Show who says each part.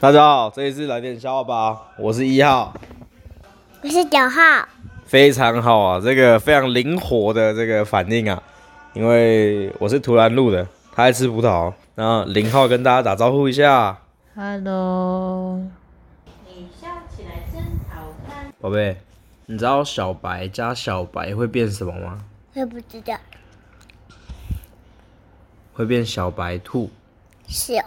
Speaker 1: 大家好，这一次来点笑话吧，我是一号，
Speaker 2: 我是九号，
Speaker 1: 非常好啊，这个非常灵活的这个反应啊，因为我是突然录的，他爱吃葡萄，然后零号跟大家打招呼一下，
Speaker 3: Hello，
Speaker 4: 你笑起来真好看。
Speaker 1: 宝贝，你知道小白加小白会变什么吗？
Speaker 2: 我也不知道
Speaker 1: 会变小白兔。
Speaker 2: 是哦